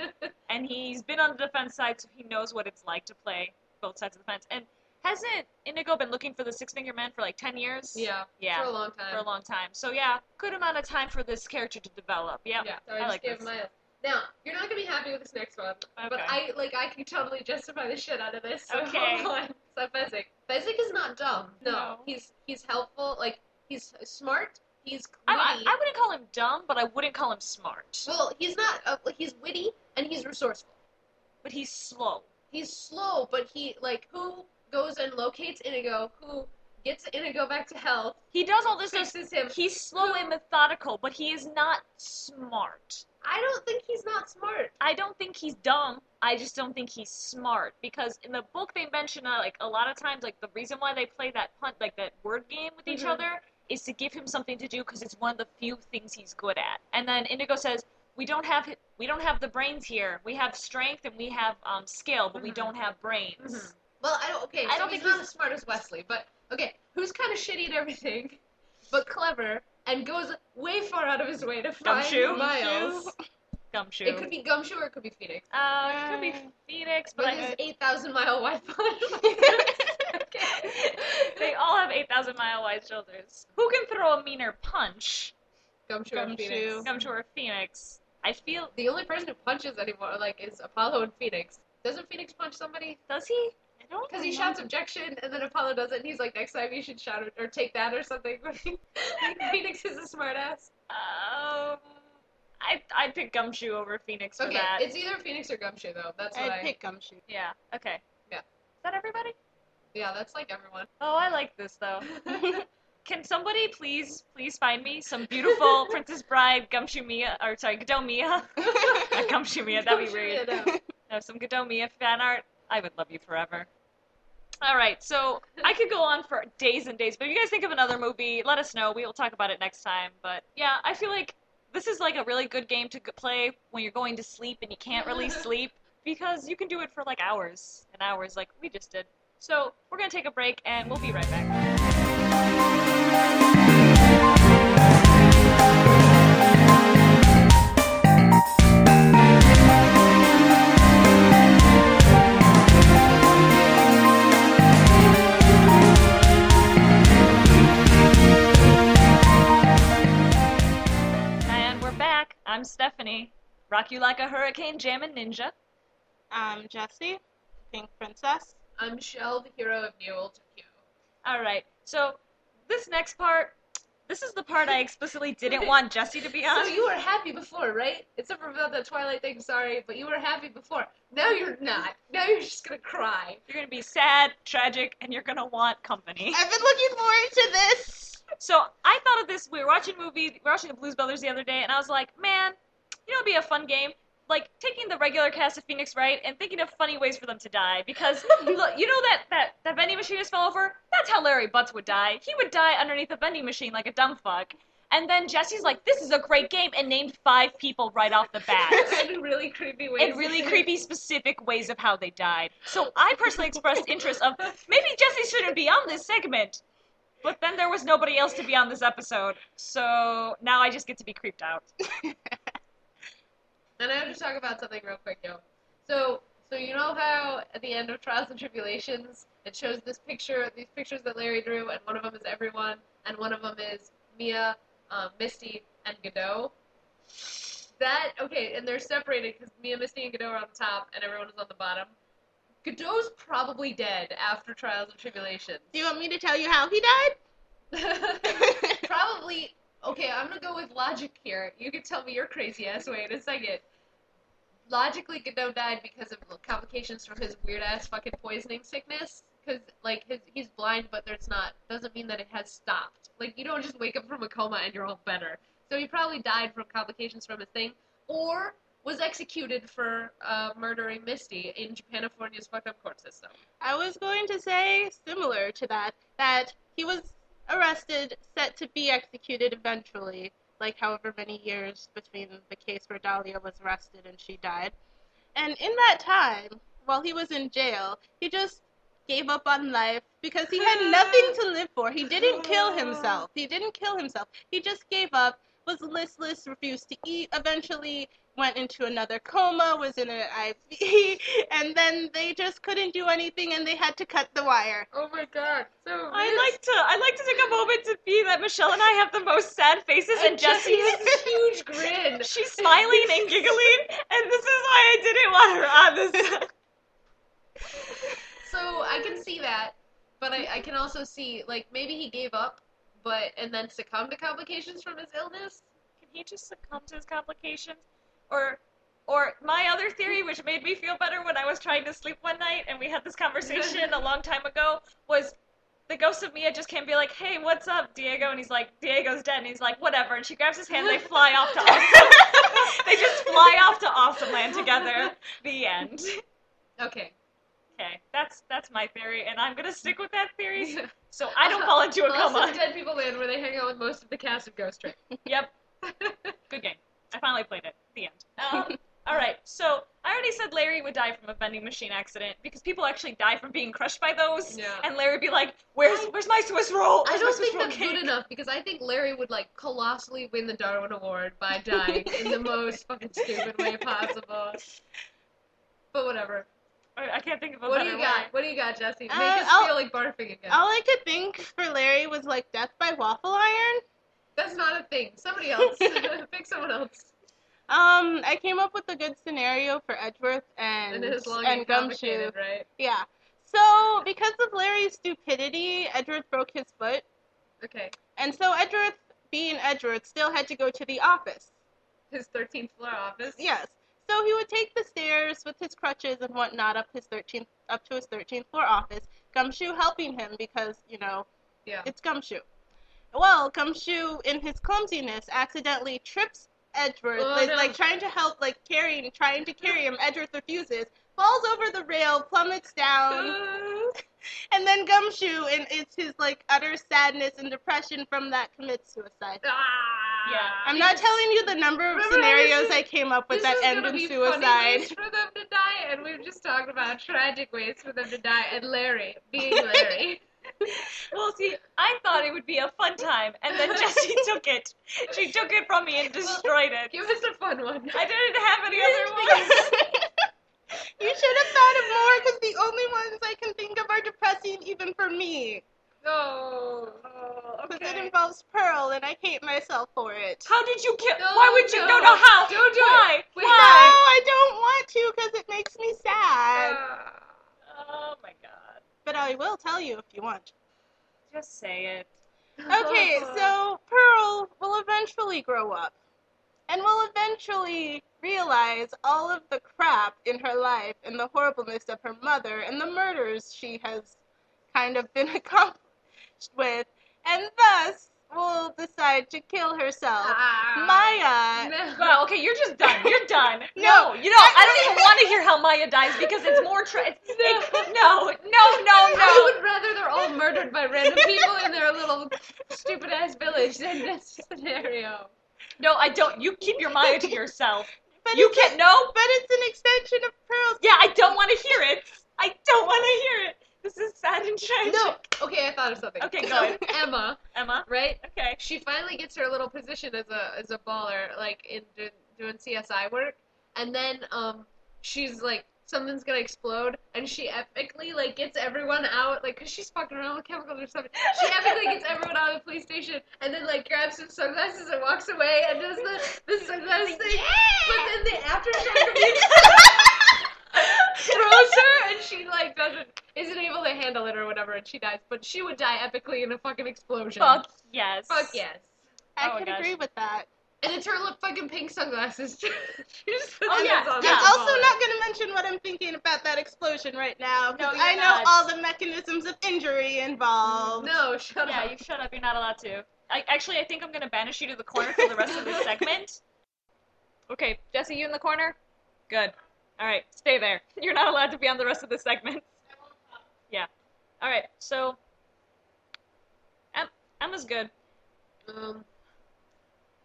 A: and he's been on the defense side, so he knows what it's like to play both sides of the fence. And hasn't Indigo been looking for the Six Finger Man for like ten years?
C: yeah,
A: yeah,
C: for a long
A: for
C: time.
A: a long time. So yeah, good amount of time for this character to develop. Yep.
C: Yeah, so I,
A: I
C: just
A: like
C: gave
A: this.
C: Miles. Now, you're not gonna be happy with this next one, but
A: Okay.
C: I like I can totally justify the shit out of this. So
A: Okay.
C: (laughs) hold on. So Fezzik. Fezzik is not dumb. No.
A: No.
C: He's he's helpful, like he's smart, he's
A: I,
C: witty.
A: I, I wouldn't call him dumb, but I wouldn't call him smart.
C: Well, he's not uh, like, he's witty and he's resourceful.
A: But he's slow.
C: He's slow, but he like who goes and locates Inigo, who gets Inigo back to health, (laughs)
A: He does all this. stuff.
C: fixes him.
A: He's slow and methodical, but he is not smart.
C: I don't think he's not smart.
A: I don't think he's dumb. I just don't think he's smart because in the book they mention uh, like a lot of times like the reason why they play that punt like that word game with each
C: Mhm.
A: other is to give him something to do because it's one of the few things he's good at. And then Indigo says, "We don't have hi- we don't have the brains here. We have strength and we have um, skill, but we
C: Mhm.
A: don't have brains."
C: Mhm. Well, I don't. Okay,
A: I
C: so
A: don't
C: he's
A: think
C: not
A: he's-
C: as smart as Wesley, but okay, who's kind of shitty at everything, (laughs) but clever and goes way far out of his way to find
A: Gumshoe?
C: Miles.
A: Gumshoe.
C: It could be Gumshoe or it could be Phoenix.
A: uh, it could be Phoenix, but
C: But
A: I
C: his
A: just,
C: eight thousand mile wide pond.
A: (laughs) they all have eight thousand mile wide shoulders. Who can throw a meaner punch?
C: Gumshoe or Phoenix.
B: Gumshoe.
A: Gumshoe or Phoenix? I feel.
C: The only person who punches anyone like is Apollo and Phoenix. Doesn't Phoenix punch somebody?
A: Does he?
B: I don't
C: Because he
B: remember.
C: shouts objection, and then Apollo does it, and he's like, next time you should shout or take that or something. (laughs) Phoenix is a smartass.
A: Um, I I'd pick Gumshoe over Phoenix for
C: Okay,
A: that.
C: it's either Phoenix or Gumshoe though. That's what I.
B: I'd pick Gumshoe.
C: (laughs)
A: Yeah. Okay.
C: Yeah.
A: Is that everybody?
C: Yeah, that's
B: (laughs)
C: like everyone.
A: Oh, I like this though.
C: (laughs)
A: Can somebody please, please find me some
C: (laughs)
A: beautiful Princess Bride Gumshoe Mia, or sorry, Godot Mia? (laughs) Not Gumshoe Mia, (laughs) that'd be
C: Gumshoe
A: weird.
C: Mia,
B: (laughs)
C: no.
A: No, some Godot Mia fan art. I would love you forever. All right, so I could go on for days and days, but if you guys think of another movie, let us know. We will talk about it next time. But yeah, I feel like this is like a really good game to g- play when you're going to sleep and you can't really sleep because you can do it for like hours and hours, like we just did. So we're gonna take a break and we'll be right back. And we're back. I'm Stephanie, rock you like a hurricane jammin' ninja.
B: Um, Jesse, Pink Princess.
C: I'm Shell, the hero of New Old Tokyo.
A: All right, so this next part, this is the part I explicitly didn't want Jesse to be on.
C: So you were happy before, right? Except for about that Twilight thing. Sorry, but you were happy before. Now you're not. Now you're just
A: (laughs)
C: gonna cry.
A: You're gonna be sad, tragic, and you're gonna want company.
B: I've been looking forward to this.
A: So I thought of this. We were watching a movie, we were watching the Blues Brothers the other day, and I was like, man, you know, it'd be a fun game. Like taking the regular cast of Phoenix Wright and thinking of funny ways for them to die.
C: (laughs)
A: Because look, you know that that that vending machine just fell over. That's how Larry Butts would die. He would die underneath a vending machine like a dumb fuck. And then Jesse's like, this is a great game, and named five people right off the bat
C: (laughs) in really creepy ways.
A: in really creepy, specific ways of how they died. So I personally expressed interest of maybe Jesse shouldn't be on this segment. But then there was nobody else to be on this episode, so now I just get to be creeped out.
C: And I have to talk about something real quick, yo. So, so you know how at the end of Trials and Tribulations, it shows this picture, these pictures that Larry drew, and one of them is everyone, and one of them is Mia, um, Misty, and Godot. That okay, and they're separated because Mia, Misty, and Godot are on the top, and everyone is on the bottom. Godot's probably dead after Trials and Tribulations.
B: Do
C: (laughs)
B: you want me to tell you how he died? (laughs)
C: Probably. Okay, I'm gonna go with logic here. You can tell me your crazy ass way in a second. Logically, Godot died because of complications from his weird ass fucking poisoning sickness. Because like his, he's blind, but there's not doesn't mean that it has stopped. Like you don't just wake up from a coma and you're all better. So he probably died from complications from a thing, or was executed for uh, murdering Misty in Japanifornia's fucked up court system.
B: I was going to say similar to that that he was arrested, set to be executed eventually, like however many years between the case where Dahlia was arrested and she died. And in that time, while he was in jail, he just gave up on life because he had nothing to live for. He didn't kill himself. He didn't kill himself. He just gave up, was listless, refused to eat, eventually went into another coma, was in an IV, (laughs) and then they just couldn't do anything and they had to cut the wire.
C: Oh my god! So
A: I like to I like to take a moment to be that Michelle and I have the most sad faces, and, Jesse (laughs)
C: has this (laughs) huge grin.
A: she's smiling and giggling, and this is why I didn't want her on this. (laughs)
C: So I can see that, but I, I can also see like maybe he gave up, but and then succumbed to complications from his illness.
A: can he just succumb to his complications? Or or my other theory, which made me feel better when I was trying to sleep one night and we had this conversation a long time ago, was the ghost of Mia just can't be like, Hey, what's up, Diego? And he's like, Diego's dead and he's like, Whatever and she grabs his hand, they fly off to awesome They just fly off to Awesome Land together. The end.
C: Okay.
A: Okay. That's that's my theory and I'm gonna stick with that theory. So I don't fall into
C: (laughs)
A: a
C: Lost
A: coma.
C: in Dead People Land where they hang out with most of the cast of Ghost (laughs) Trick.
A: Yep. Good game. I finally played it. The
C: (laughs)
A: end. Um, all right. So I already said Larry would die from a vending machine accident because people actually die from being crushed by those.
C: Yeah.
A: And Larry would be like, "Where's where's my Swiss roll? Where's
C: I
A: my
C: don't
A: Swiss
C: think
A: roll
C: that's
A: cake?"
C: good enough because I think Larry would like colossally win the Darwin Award (laughs) by dying in the most fucking stupid way possible. But whatever.
A: I I can't think of a
C: What do
A: better
C: you
A: way.
C: got? What do you got, Jesse? Make
B: Uh,
C: us
B: I'll-
C: feel like barfing again.
B: All I could think for Larry was like death by waffle iron.
C: (laughs) That's not a thing. Somebody else. Pick someone else.
B: Um, I came up with a good scenario for Edgeworth and
C: And it is long
B: and Gumshoe.
C: complicated, right?
B: Yeah. So because of Larry's stupidity, Edgeworth broke his foot,
C: Okay.
B: and so Edgeworth, being Edgeworth, still had to go to the office.
C: His 13th floor office.
B: Yes. So he would take the stairs with his crutches and whatnot up his 13th up to his 13th floor office. Gumshoe helping him because you know
C: Yeah.
B: it's Gumshoe. Well, Gumshoe in his clumsiness accidentally trips Edgeworth,
C: Oh,
B: like,
C: no.
B: like trying to help, like carrying, trying to carry him. Edgeworth refuses, falls over the rail, plummets down.
C: Oh.
A: Uh,
B: And then Gumshoe, and it's his like utter sadness and depression from that commits suicide.
C: Ah.
A: Yeah.
B: I'm not telling you the number of
C: Remember,
B: scenarios
C: this is-
B: I came up with
C: This
B: that
C: is
B: end
C: gonna
B: in
C: be Funny
B: suicide.
C: ways for them to die, and we've just talked about tragic ways for them to die, and Larry
A: (laughs)
C: being Larry. (laughs)
A: Well, see, I thought it would be a fun time, and
C: (laughs)
A: then Jessie took it. She took it from me and destroyed it.
C: Give us a fun one.
A: I didn't have
B: (laughs)
A: any other ones.
C: (laughs)
B: you should have thought of more because the only ones I can think of are depressing even for me.
C: No. Oh,
B: Because it
C: okay.
B: involves Pearl and I hate myself for it.
A: How did you kill?
C: No,
A: Why would you?
C: no.
A: No, no, how?
C: Don't do
A: Why?
C: it.
B: No,
A: Why?
B: I don't want to because it makes me sad.
C: Ah.
A: Oh my god!
B: but I will tell you if you want.
A: Just say it.
B: Okay,
A: (laughs)
B: so Pearl will eventually grow up and will eventually realize all of the crap in her life and the horribleness of her mother and the murders she has kind of been (laughs) accomplished with, and thus will decide to kill herself.
C: Ah.
B: Maya.
A: (laughs)
C: No.
A: Wow. Okay, you're just done. You're done.
B: No.
A: no, you know, I don't even want to hear how Maya dies because it's more. Tra- it's, it- no, no, no, no.
C: I would rather they're all murdered by random people in their little stupid ass village than this scenario.
A: No, I don't. You keep your Maya to yourself.
B: But
A: You
B: it's a-
A: can't. No.
B: but it's an extension of Pearl's.
A: Yeah, I don't want to hear it. I don't want to hear it. This is sad and tragic.
C: No. Okay, I thought of something.
A: Okay, go
C: So,
A: ahead.
C: Emma,
A: Emma.
C: right?
A: Okay.
C: She finally gets her little position as a as a baller, like in do- doing CSI work, and then um she's like something's gonna explode, and she epically like gets everyone out, like 'cause she's fucking around with chemicals or something. She epically gets everyone out of the police station, and then like grabs some sunglasses and walks away, and does the the
A: (laughs)
C: sunglasses thing. But then the aftershock (laughs) immediately (laughs) throws her, and she like doesn't isn't able to handle it or whatever, and she dies. But she would die epically in a fucking explosion.
A: Fuck yes.
C: Fuck yes.
A: Oh
B: I
A: my
B: could
A: gosh.
B: agree with that.
C: And it's her little fucking pink sunglasses. (laughs) She just puts
A: Oh, yeah.
C: those on.
A: Yeah,
B: I'm
C: That's
B: also
C: baller.
B: not going to mention what I'm thinking about that explosion right now
A: No,
B: because
A: you're
B: I know
A: not.
B: all the mechanisms of injury involved.
C: No, shut
A: yeah,
C: up.
A: you shut up. You're not allowed to. I, actually, I think I'm gonna banish you to the corner for the rest
C: (laughs)
A: of this segment. Okay, Jesse, you in the corner? Good. All right, stay there. (laughs) You're not allowed to be on the rest of the segment. Yeah. All right. So, em- Emma's good.
C: Um,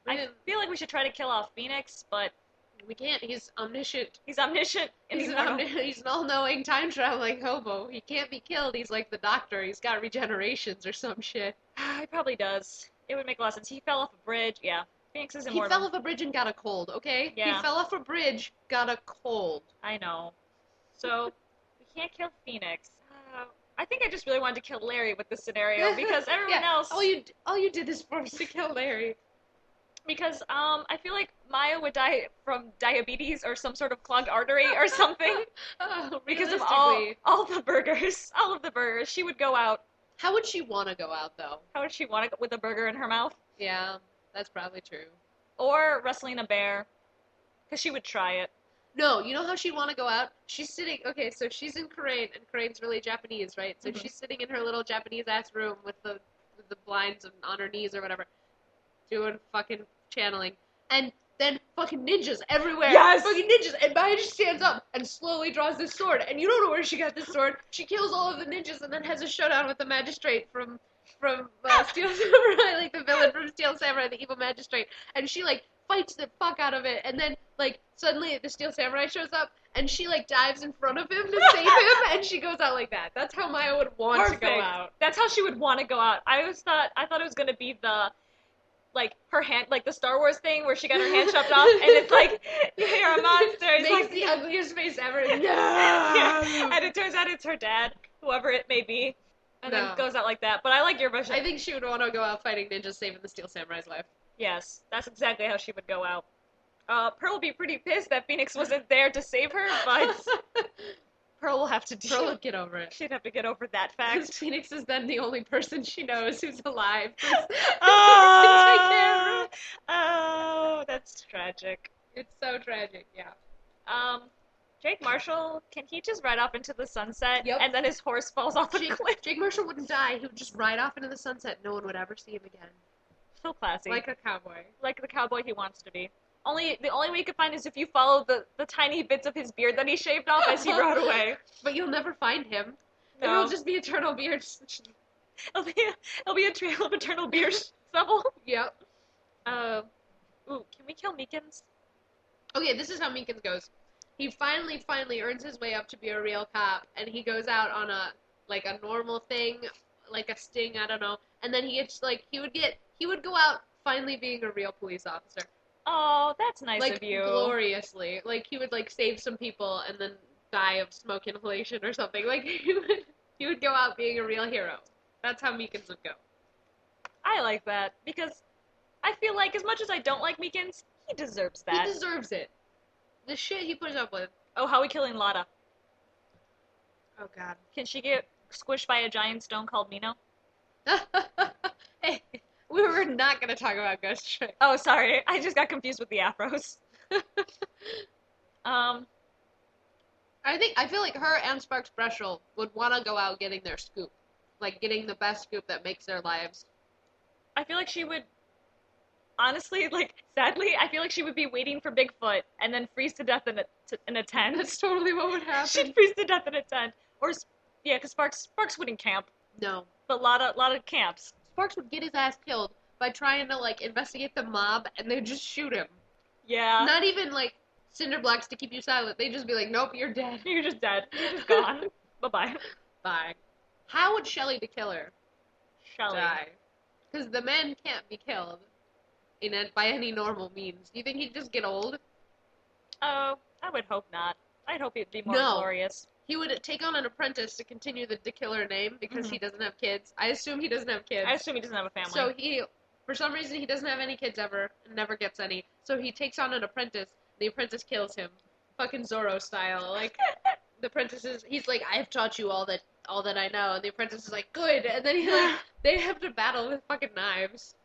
C: we,
A: I
C: didn't-
A: feel like we should try to kill off Phoenix, but
C: we can't. He's omniscient.
A: he's omniscient and
C: He's
A: he's
C: an,
A: not.
C: omni- he's an all-knowing time traveling hobo. He can't be killed. He's like the doctor. He's got regenerations or some shit.
A: (sighs) he probably does. It would make a lot of sense. He fell off a bridge. Yeah. Phoenix is
C: He
A: immortal.
C: fell off a bridge and got a cold. Okay.
A: Yeah.
C: He fell off a bridge, got a cold.
A: I know. So we can't kill Phoenix. Uh, I think I just really wanted to kill Larry with this scenario because everyone
C: (laughs) Yeah,
A: else.
C: All you d- all you did is force to kill
A: (laughs)
C: Larry.
A: Because um, I feel like Maya would die from diabetes or some sort of clogged artery
C: (laughs)
A: or something
C: Oh,
A: because of all
C: realistically,
A: all the burgers, (laughs) all of the burgers. She would go out.
C: How would she want to go out though?
A: How would she want to with a burger in her mouth
C: Yeah, that's probably true.
A: or wrestling a bear? Because she would try it.
C: No, you know how she'd want to go out? She's sitting. Okay, so she's in Korean, and Korean's really Japanese, right? So
A: Mhm.
C: she's sitting in her little Japanese ass room with the with the blinds on her knees or whatever, doing fucking channeling, and then fucking ninjas everywhere.
A: Yes!
C: fucking ninjas. And Maya just stands up and slowly draws this sword, and you don't know where she got this sword. She kills all of the ninjas, and then has a showdown with the magistrate from from uh, Steel Samurai, like the villain from Steel Samurai, the evil magistrate, and she like fights the fuck out of it, and then like suddenly the Steel Samurai shows up, and she like dives in front of him to
A: (laughs)
C: save him, and she goes out like that. That's how Maya would want to go
A: Perfect.
C: out.
A: That's how she would want to go out. I always thought I thought it was gonna be the like her hand like the Star Wars thing where she got her
C: (laughs)
A: hand chopped off and it's like (laughs) you're a monster. It's
C: Makes
A: like (laughs)
C: the ugliest face ever.
A: Yeah. And it turns out it's her dad, whoever it may be. And then
C: No.
A: it goes out like that. But I like your version.
C: I think
A: (laughs)
C: she would want to go out fighting ninjas, saving the Steel Samurai's life.
A: yes, that's exactly how she would go out. Uh, Pearl will be pretty pissed that Phoenix wasn't there to save her, but
C: (laughs)
A: Pearl will have to deal.
C: Pearl will get over it.
A: She'd have to get over
C: (laughs)
A: that
C: Because
A: fact.
C: Phoenix is then the only person she knows who's
A: (laughs)
C: alive. It's,
A: oh, (laughs) oh, that's tragic.
C: it's so tragic, yeah.
A: Um, Jake Marshall, can he just ride off into the sunset
C: Yep.
A: and then his horse falls off a
C: Jake,
A: cliff? (laughs)
C: Jake Marshall wouldn't die. He would just ride off into the sunset. No one would ever see him again.
A: So classy.
C: Like a cowboy.
A: like the cowboy he wants to be. Only the only way you could find is if you follow the, the tiny bits of his beard that he shaved off as he rode away.
C: But you'll never find him.
A: No,
C: (laughs) It'll just be eternal beard.
A: (laughs) it'll, be a, it'll be a trail of eternal beard (laughs) stubble.
C: (laughs) yep.
A: Uh, ooh, can we kill Meekins?
C: Okay, this is how Meekins goes. He finally, finally earns his way up to be a real cop, and he goes out on a like a normal thing, like a sting, I don't know. And then he gets like he would get he would go out finally being a real police officer.
A: Oh, that's nice
C: like
A: of you.
C: gloriously. Like he would like save some people and then die of smoke inhalation or something. (laughs) Like he would he would go out being a real hero. That's how Meekins would go.
A: I like that because I feel like as much as I don't like Meekins, he deserves that.
C: He deserves it. The shit he puts up with.
A: oh, how are we killing Lada?
C: Oh god.
A: Can she get squished by a giant stone called Mino?
C: (laughs) hey, we were not gonna talk about Ghost Trick.
A: Oh, sorry, I just got confused with the afros. (laughs) um,
C: I think I feel like her and Sparks Breschel would wanna go out getting their scoop. Like getting the best scoop that makes their lives.
A: I feel like she would. Honestly, like sadly, I feel like she would be waiting for Bigfoot and then freeze to death in a t- in a tent. (laughs)
C: (laughs) That's totally what would happen.
A: She'd freeze to death in a tent, or s- yeah, because Sparks Sparks wouldn't camp,
C: No.
A: but Lada Lada camps.
C: Sparks would get his ass killed by trying to like investigate the mob and they'd just shoot him.
A: Yeah,
C: Not even like cinder blocks to keep you silent. They'd just be like, Nope, you're (laughs) dead.
A: you're just dead. You're just
C: (laughs)
A: gone. bye bye,
C: Bye. How would Shelly the killer
A: Shelly.
C: die? Because the men can't be killed in a, by any normal means. Do you think he'd just get old?
A: Oh, I would hope not. I'd hope it'd be more
C: No.
A: glorious.
C: He would take on an apprentice to continue the, the killer name because he doesn't have kids. I assume he doesn't have kids.
A: Mm-hmm. I assume he doesn't have a family.
C: So he, for some reason, he doesn't have any kids ever, and never gets any. So he takes on an apprentice. The apprentice kills him, fucking Zorro style.
A: (laughs)
C: Like the apprentice is, he's like, I've taught you all that, all that I know. And the apprentice is like, good. And then
A: (laughs)
C: he like, they have to battle with fucking knives.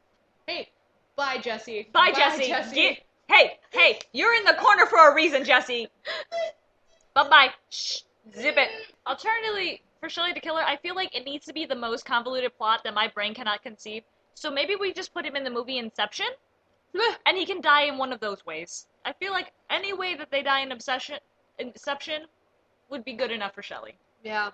C: Hey, bye Jesse.
A: Bye, Jesse. Get- hey, hey, you're in the corner for a reason, Jesse. bye bye. Shh. Zip it. Alternatively, for Shelley the Killer, I feel like it needs to be the most convoluted plot that my brain cannot conceive. So maybe we just put him in the movie Inception,
C: (laughs)
A: and he can die in one of those ways. I feel like any way that they die in Obsession, Inception, would be good enough for Shelley.
C: Yeah,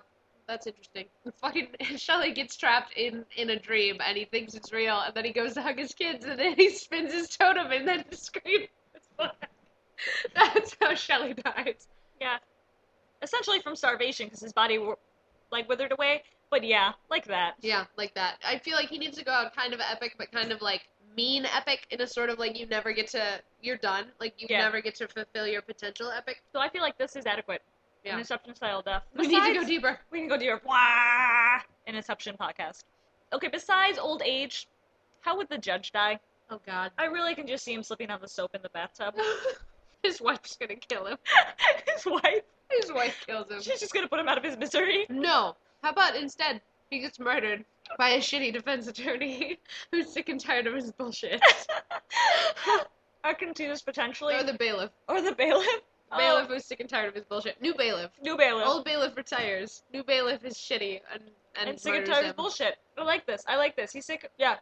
C: that's interesting. (laughs) Fucking Shelly gets trapped in in a dream and he thinks it's real, and then he goes to hug his kids, and (laughs) then he spins his totem, and then (laughs) the scream. is back. That's how Shelly dies.
A: Yeah, essentially from starvation because his body, wor- like, withered away. But yeah, like that.
C: Yeah, like that. I feel like he needs to go out kind of epic, but kind of like mean epic in a sort of like you never get to you're done, like you
A: Yeah.
C: never get to fulfill your potential epic.
A: So I feel like this is adequate.
C: Yeah.
A: An Inception style death.
C: We need to go
A: Besides-
C: deeper.
A: We can go deeper. Wah! An Inception podcast. Okay, besides old age, how would the judge die?
C: Oh God,
A: I really can just see him slipping on the soap in the bathtub.
C: (laughs)
A: (laughs)
C: his wife's gonna kill him.
A: His wife,
C: His wife kills him.
A: she's just gonna put him out of his misery. (laughs)
C: No. How about instead he gets murdered by a shitty defense attorney (laughs) who's sick and tired of
A: (laughs)
C: his bullshit?
A: I can see this potentially.
C: or the bailiff.
A: Or the bailiff.
C: (laughs) Bailiff who's sick and tired of his bullshit. New bailiff.
A: Oh, new Oh. bailiff.
C: Old bailiff retires. New bailiff is shitty and and,
A: and, sick and
C: murders
A: tired
C: him.
A: of bullshit. I like this. I like this. He's sick. Yeah.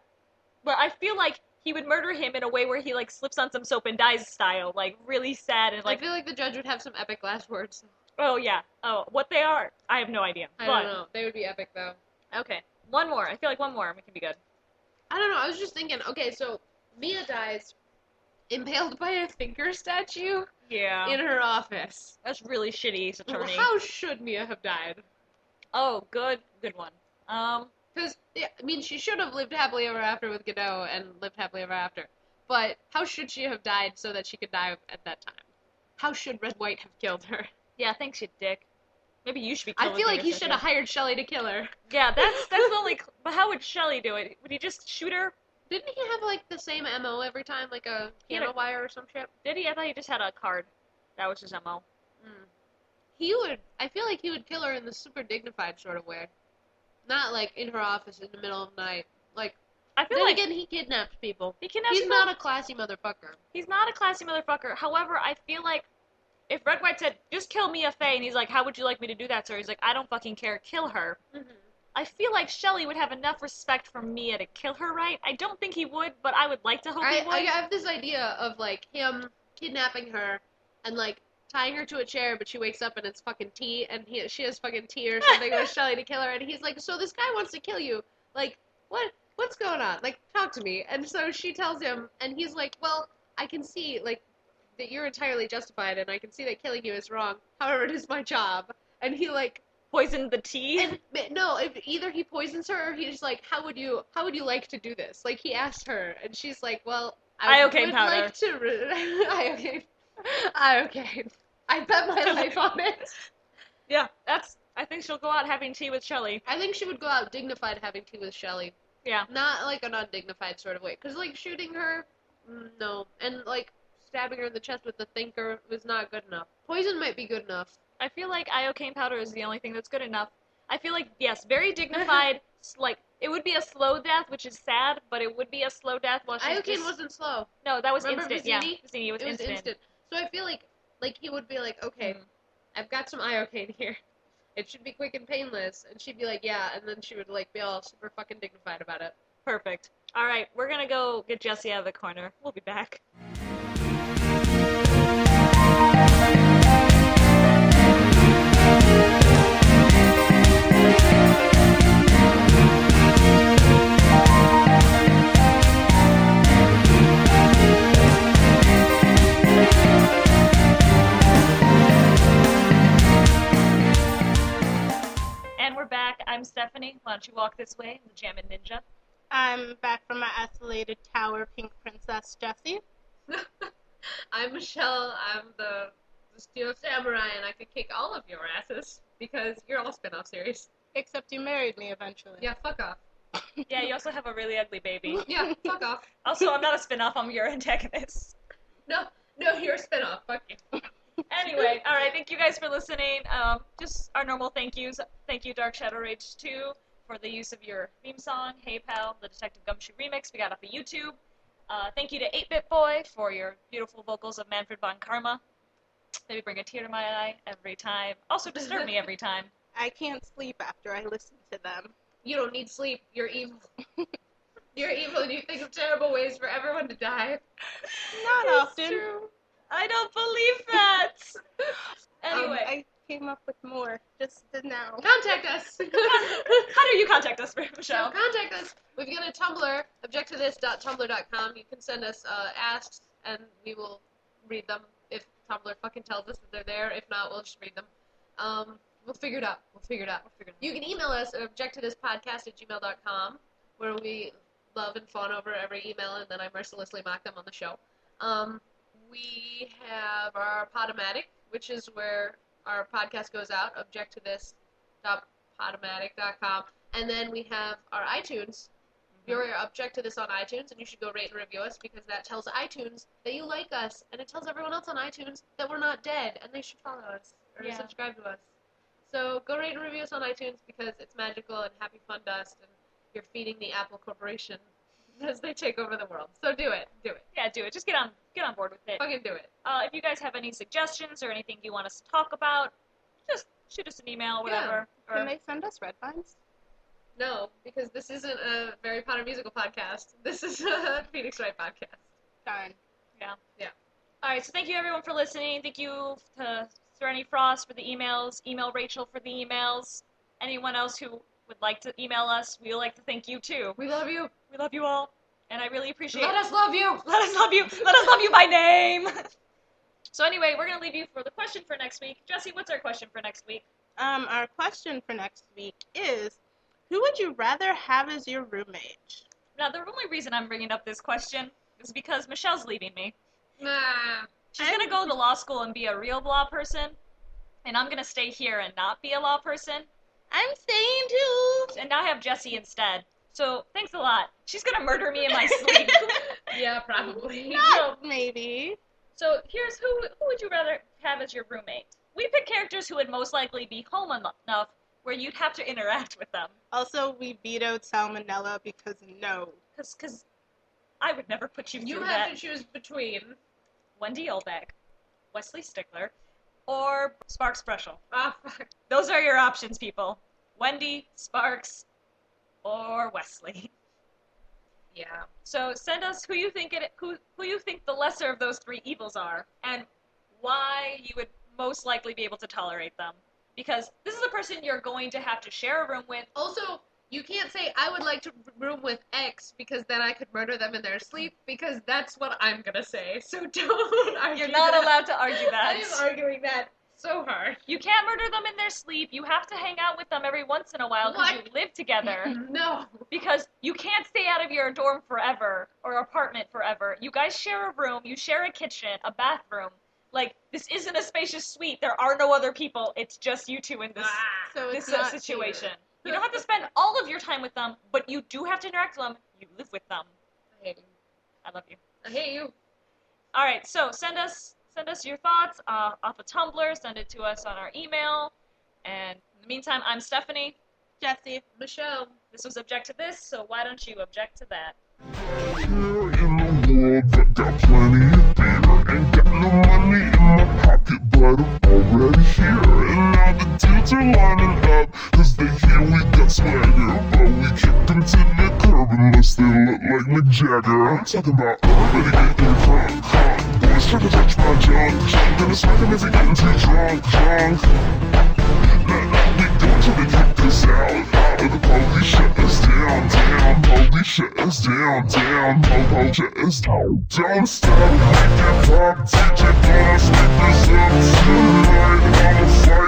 A: But I feel like he would murder him in a way where he like slips on some soap and dies style, like really sad and like
C: I feel like the judge would have some epic last words.
A: Oh yeah. Oh, what they are, I have no idea.
C: I
A: but
C: don't know. They would be epic though.
A: okay, one more. I feel like one more, and we can be good.
C: I don't know. I was just thinking. Okay, so Mia dies impaled by a thinker statue
A: Yeah.
C: in her office.
A: That's really shitty, Ace Attorney.
C: How should Mia have died?
A: Oh, good, good one. Um,
C: Because yeah, I mean, she should have lived happily ever after with Godot and lived happily ever after. But how should she have died so that she could die at that time? How should Red White have
A: (laughs)
C: killed her?
A: yeah, thanks, you dick. Maybe you should be.
C: I
A: killing
C: feel like he
A: fingers,
C: should
A: don't
C: have hired Shelley to kill her.
A: you? Yeah, that's that's the only. But how would Shelley do it? Would he just shoot her?
C: Didn't he have like the same MO every time, like a
A: He had a-
C: piano wire or some shit?
A: Did he? I thought he just had a card. That was his MO.
C: Mm. He would. I feel like he would kill her in the super dignified sort of way, not like in her office in the middle of the night. Like
A: I feel
C: then
A: like
C: again, he kidnapped people.
A: he kidnaps
C: He's
A: people.
C: not a classy motherfucker.
A: He's not a classy motherfucker. However, I feel like if Red White said, just kill Mia Faye, and he's like, how would you like me to do that, sir? He's like, I don't fucking care. Kill her. I feel like Shelley would have enough respect for Mia to kill her, right? I don't think he would, but I would like to hope he
C: I,
A: would.
C: I have this idea of like him kidnapping her and like tying her to a chair, but she wakes up and it's fucking tea, and he, she has fucking tea or something with Shelly to kill her, and he's like, "So this guy wants to kill you? Like what? What's going on? Like talk to me." And so she tells him, and he's like, "Well, I can see like that you're entirely justified, and I can see that killing you is wrong. However, it is my job." And he like
A: Poison the tea.
C: and but no, if either he poisons her or he's like, "How would you? How would you like to do this?" Like he asked her, and she's like, "Well, I
A: I okay
C: would
A: powder.
C: like to. (laughs) Re- I okay, I okay. I
A: (laughs)
C: bet my life on it.
A: (laughs) yeah, that's. I think she'll go out having tea with Shelley.
C: I think she would go out dignified having tea with Shelly,
A: Yeah.
C: not like an undignified sort of way. Because like shooting her, mm, no, and like stabbing her in the chest with the thinker was not good enough. Poison might be good enough.
A: I feel like iocane powder is the only thing that's good enough. I feel like yes, very
C: (laughs)
A: dignified. s- like it would be a slow death, which is sad, but it would be a slow death. While she's
C: Iocane
A: just-
C: wasn't slow.
A: no, that was
C: Remember
A: instant. Yeah,
C: Vizzini?
A: Vizzini was,
C: It was
A: instant.
C: instant. So I feel like like he would be like, okay.
A: Mhm.
C: I've got some iocane (laughs) here. It should be quick and painless. And she'd be like, yeah. And then she would like be all super fucking dignified about it.
A: Perfect. All right, we're gonna go get Jesse out of the corner. We'll be back. And we're back. I'm Stephanie. Why don't you walk this way, the Jammin' Ninja?
B: (laughs) I'm back from my isolated tower, Pink Princess Jessie.
C: I'm Michelle. I'm the, the Steel Samurai, and I could kick all of your asses because you're all spin off series.
B: Except you married me eventually.
C: Yeah, fuck off.
A: Yeah, you also have a really ugly baby.
C: Yeah, fuck off.
A: Also, I'm not a spin-off, I'm your (laughs) antagonist.
C: No, no, you're a spin off. Fuck you.
A: Anyway, all right, thank you guys for listening. Um, just our normal thank yous. Thank you, Dark Shadow Rage 2, for the use of your theme song, Hey Pal, the Detective Gumshoe remix we got off of YouTube. Uh, thank you to 8-Bit Boy for your beautiful vocals of Manfred Von Karma. They bring a tear to my eye every time. Also disturb me every time.
B: I can't sleep after I listen to them.
C: You don't need sleep. You're evil. You're evil, and you think of terrible ways for everyone to die.
B: Not
A: It's
B: often.
A: true. I don't believe that. (laughs)
B: Um,
A: anyway,
B: I came up with more just now.
C: Contact
A: (laughs)
C: us.
A: how do you contact us, Michelle?
C: So contact us. We've got a Tumblr, objecttothis.tumblr.com. You can send us uh, asks, and we will read them if Tumblr fucking tells us that they're there. If not, we'll just read them. Um, we'll figure it out. We'll figure it out. We'll figure it out. You can email us at objecttothispodcast at gmail.com, where we love and fawn over every email, and then I mercilessly mock them on the show. Um, we have our Podomatic, which is where our podcast goes out, objecttothis.podomatic.com. And then we have our iTunes. You're object to this on iTunes, and you should go rate and review us because that tells iTunes that you like us, and it tells everyone else on iTunes that we're not dead and they should follow us or
A: Yeah.
C: subscribe to us. So go rate and review us on iTunes because it's magical and happy fun dust, and you're feeding the Apple Corporation (laughs) as they take over the world. So do it, do it,
A: Yeah, do it. Just get on get on board with it.
C: fucking do it.
A: Uh, if you guys have any suggestions or anything you want us to talk about, just shoot us an email, whatever. Or-
B: Can they send us red vines?
C: No, because this isn't a Harry Potter musical podcast. This is a (laughs) Phoenix Wright podcast.
B: Darn.
A: All right, so thank you everyone for listening. Thank you to Serenity Frost for the emails, email Rachel for the emails. Anyone else who would like to email us, we would like to thank you too.
C: We love you.
A: We love you all, and I really appreciate
C: Let us love you.
A: (laughs) Let us love you. Let us love you by name. (laughs) so anyway, we're gonna leave you for the question for next week. Jesse, what's our question for next week?
B: Um, our question for next week is Who would you rather have as your roommate?
A: Now, the only reason I'm bringing up this question is because Michelle's leaving me.
C: Nah.
A: She's gonna go to law school and be a real law person, and I'm gonna stay here and not be a law person.
B: I'm staying too.
A: And now I have Jesse instead. So thanks a lot. She's gonna murder me in
C: (laughs)
A: my sleep.
C: Yeah, (laughs) probably.
A: so,
B: Maybe.
A: so here's who who would you rather have as your roommate? We pick characters who would most likely be home en- enough where you'd have to interact with them.
B: Also, we vetoed salmonella because no.
A: Cause, 'cause I would never put you
C: You
A: through
C: have
A: that.
C: to choose between.
A: Wendy Olbeck, Wesley Stickler, or Sparks Brushel.
C: Ah, fuck.
A: Those are your options, people. Wendy, Sparks, or Wesley. (laughs)
C: Yeah.
A: So send us who you think it, who who you think the lesser of those three evils are, and why you would most likely be able to tolerate them. Because this is a person you're going to have to share a room with.
C: Also, you can't say I would like to room with X because then I could murder them in their sleep because that's what I'm gonna say. (laughs) So don't argue.
A: You're not
C: that.
A: allowed to argue
C: (laughs) I am
A: that.
C: arguing that so
A: (laughs)
C: hard.
A: You can't murder them in their sleep. You have to hang out with them every once in a while because you
C: What?
A: live
C: (laughs)
A: together.
C: No.
A: because you can't stay out of your dorm forever or apartment forever. You guys share a room, you share a kitchen, a bathroom. Like this isn't a spacious suite. There are no other people. It's just you two in this
C: Ah.
B: So
A: this
B: it's
A: uh,
B: not (laughs)
A: situation.
B: fair.
A: You don't have to spend all of your time with them, but you do have to interact with them. You live with them.
C: I hate you.
A: I love you.
C: I hate you.
A: All right, so send us send us your thoughts uh, off of Tumblr. Send it to us on our email. And in the meantime, I'm Stephanie.
B: Jesse.
C: Michelle.
A: This was object to this, so why don't you object to that?
D: Here in the world that got plenty of beer Ain't got no money in my pocket but I'm already here And now the dudes are lining up Cause they hear we got swagger But we kick them to the curb unless they look like Mick Jagger I'm talking about everybody getting drunk, drunk Boys try to touch my junk, junk Gonna smack them if they getting too drunk, drunk we go till they kick us out, out. The police shut us down, down. Police shut us down, down. Po po shut us down. Don't stop, make it pop. DJ, put our speakers up tonight. I'm a fire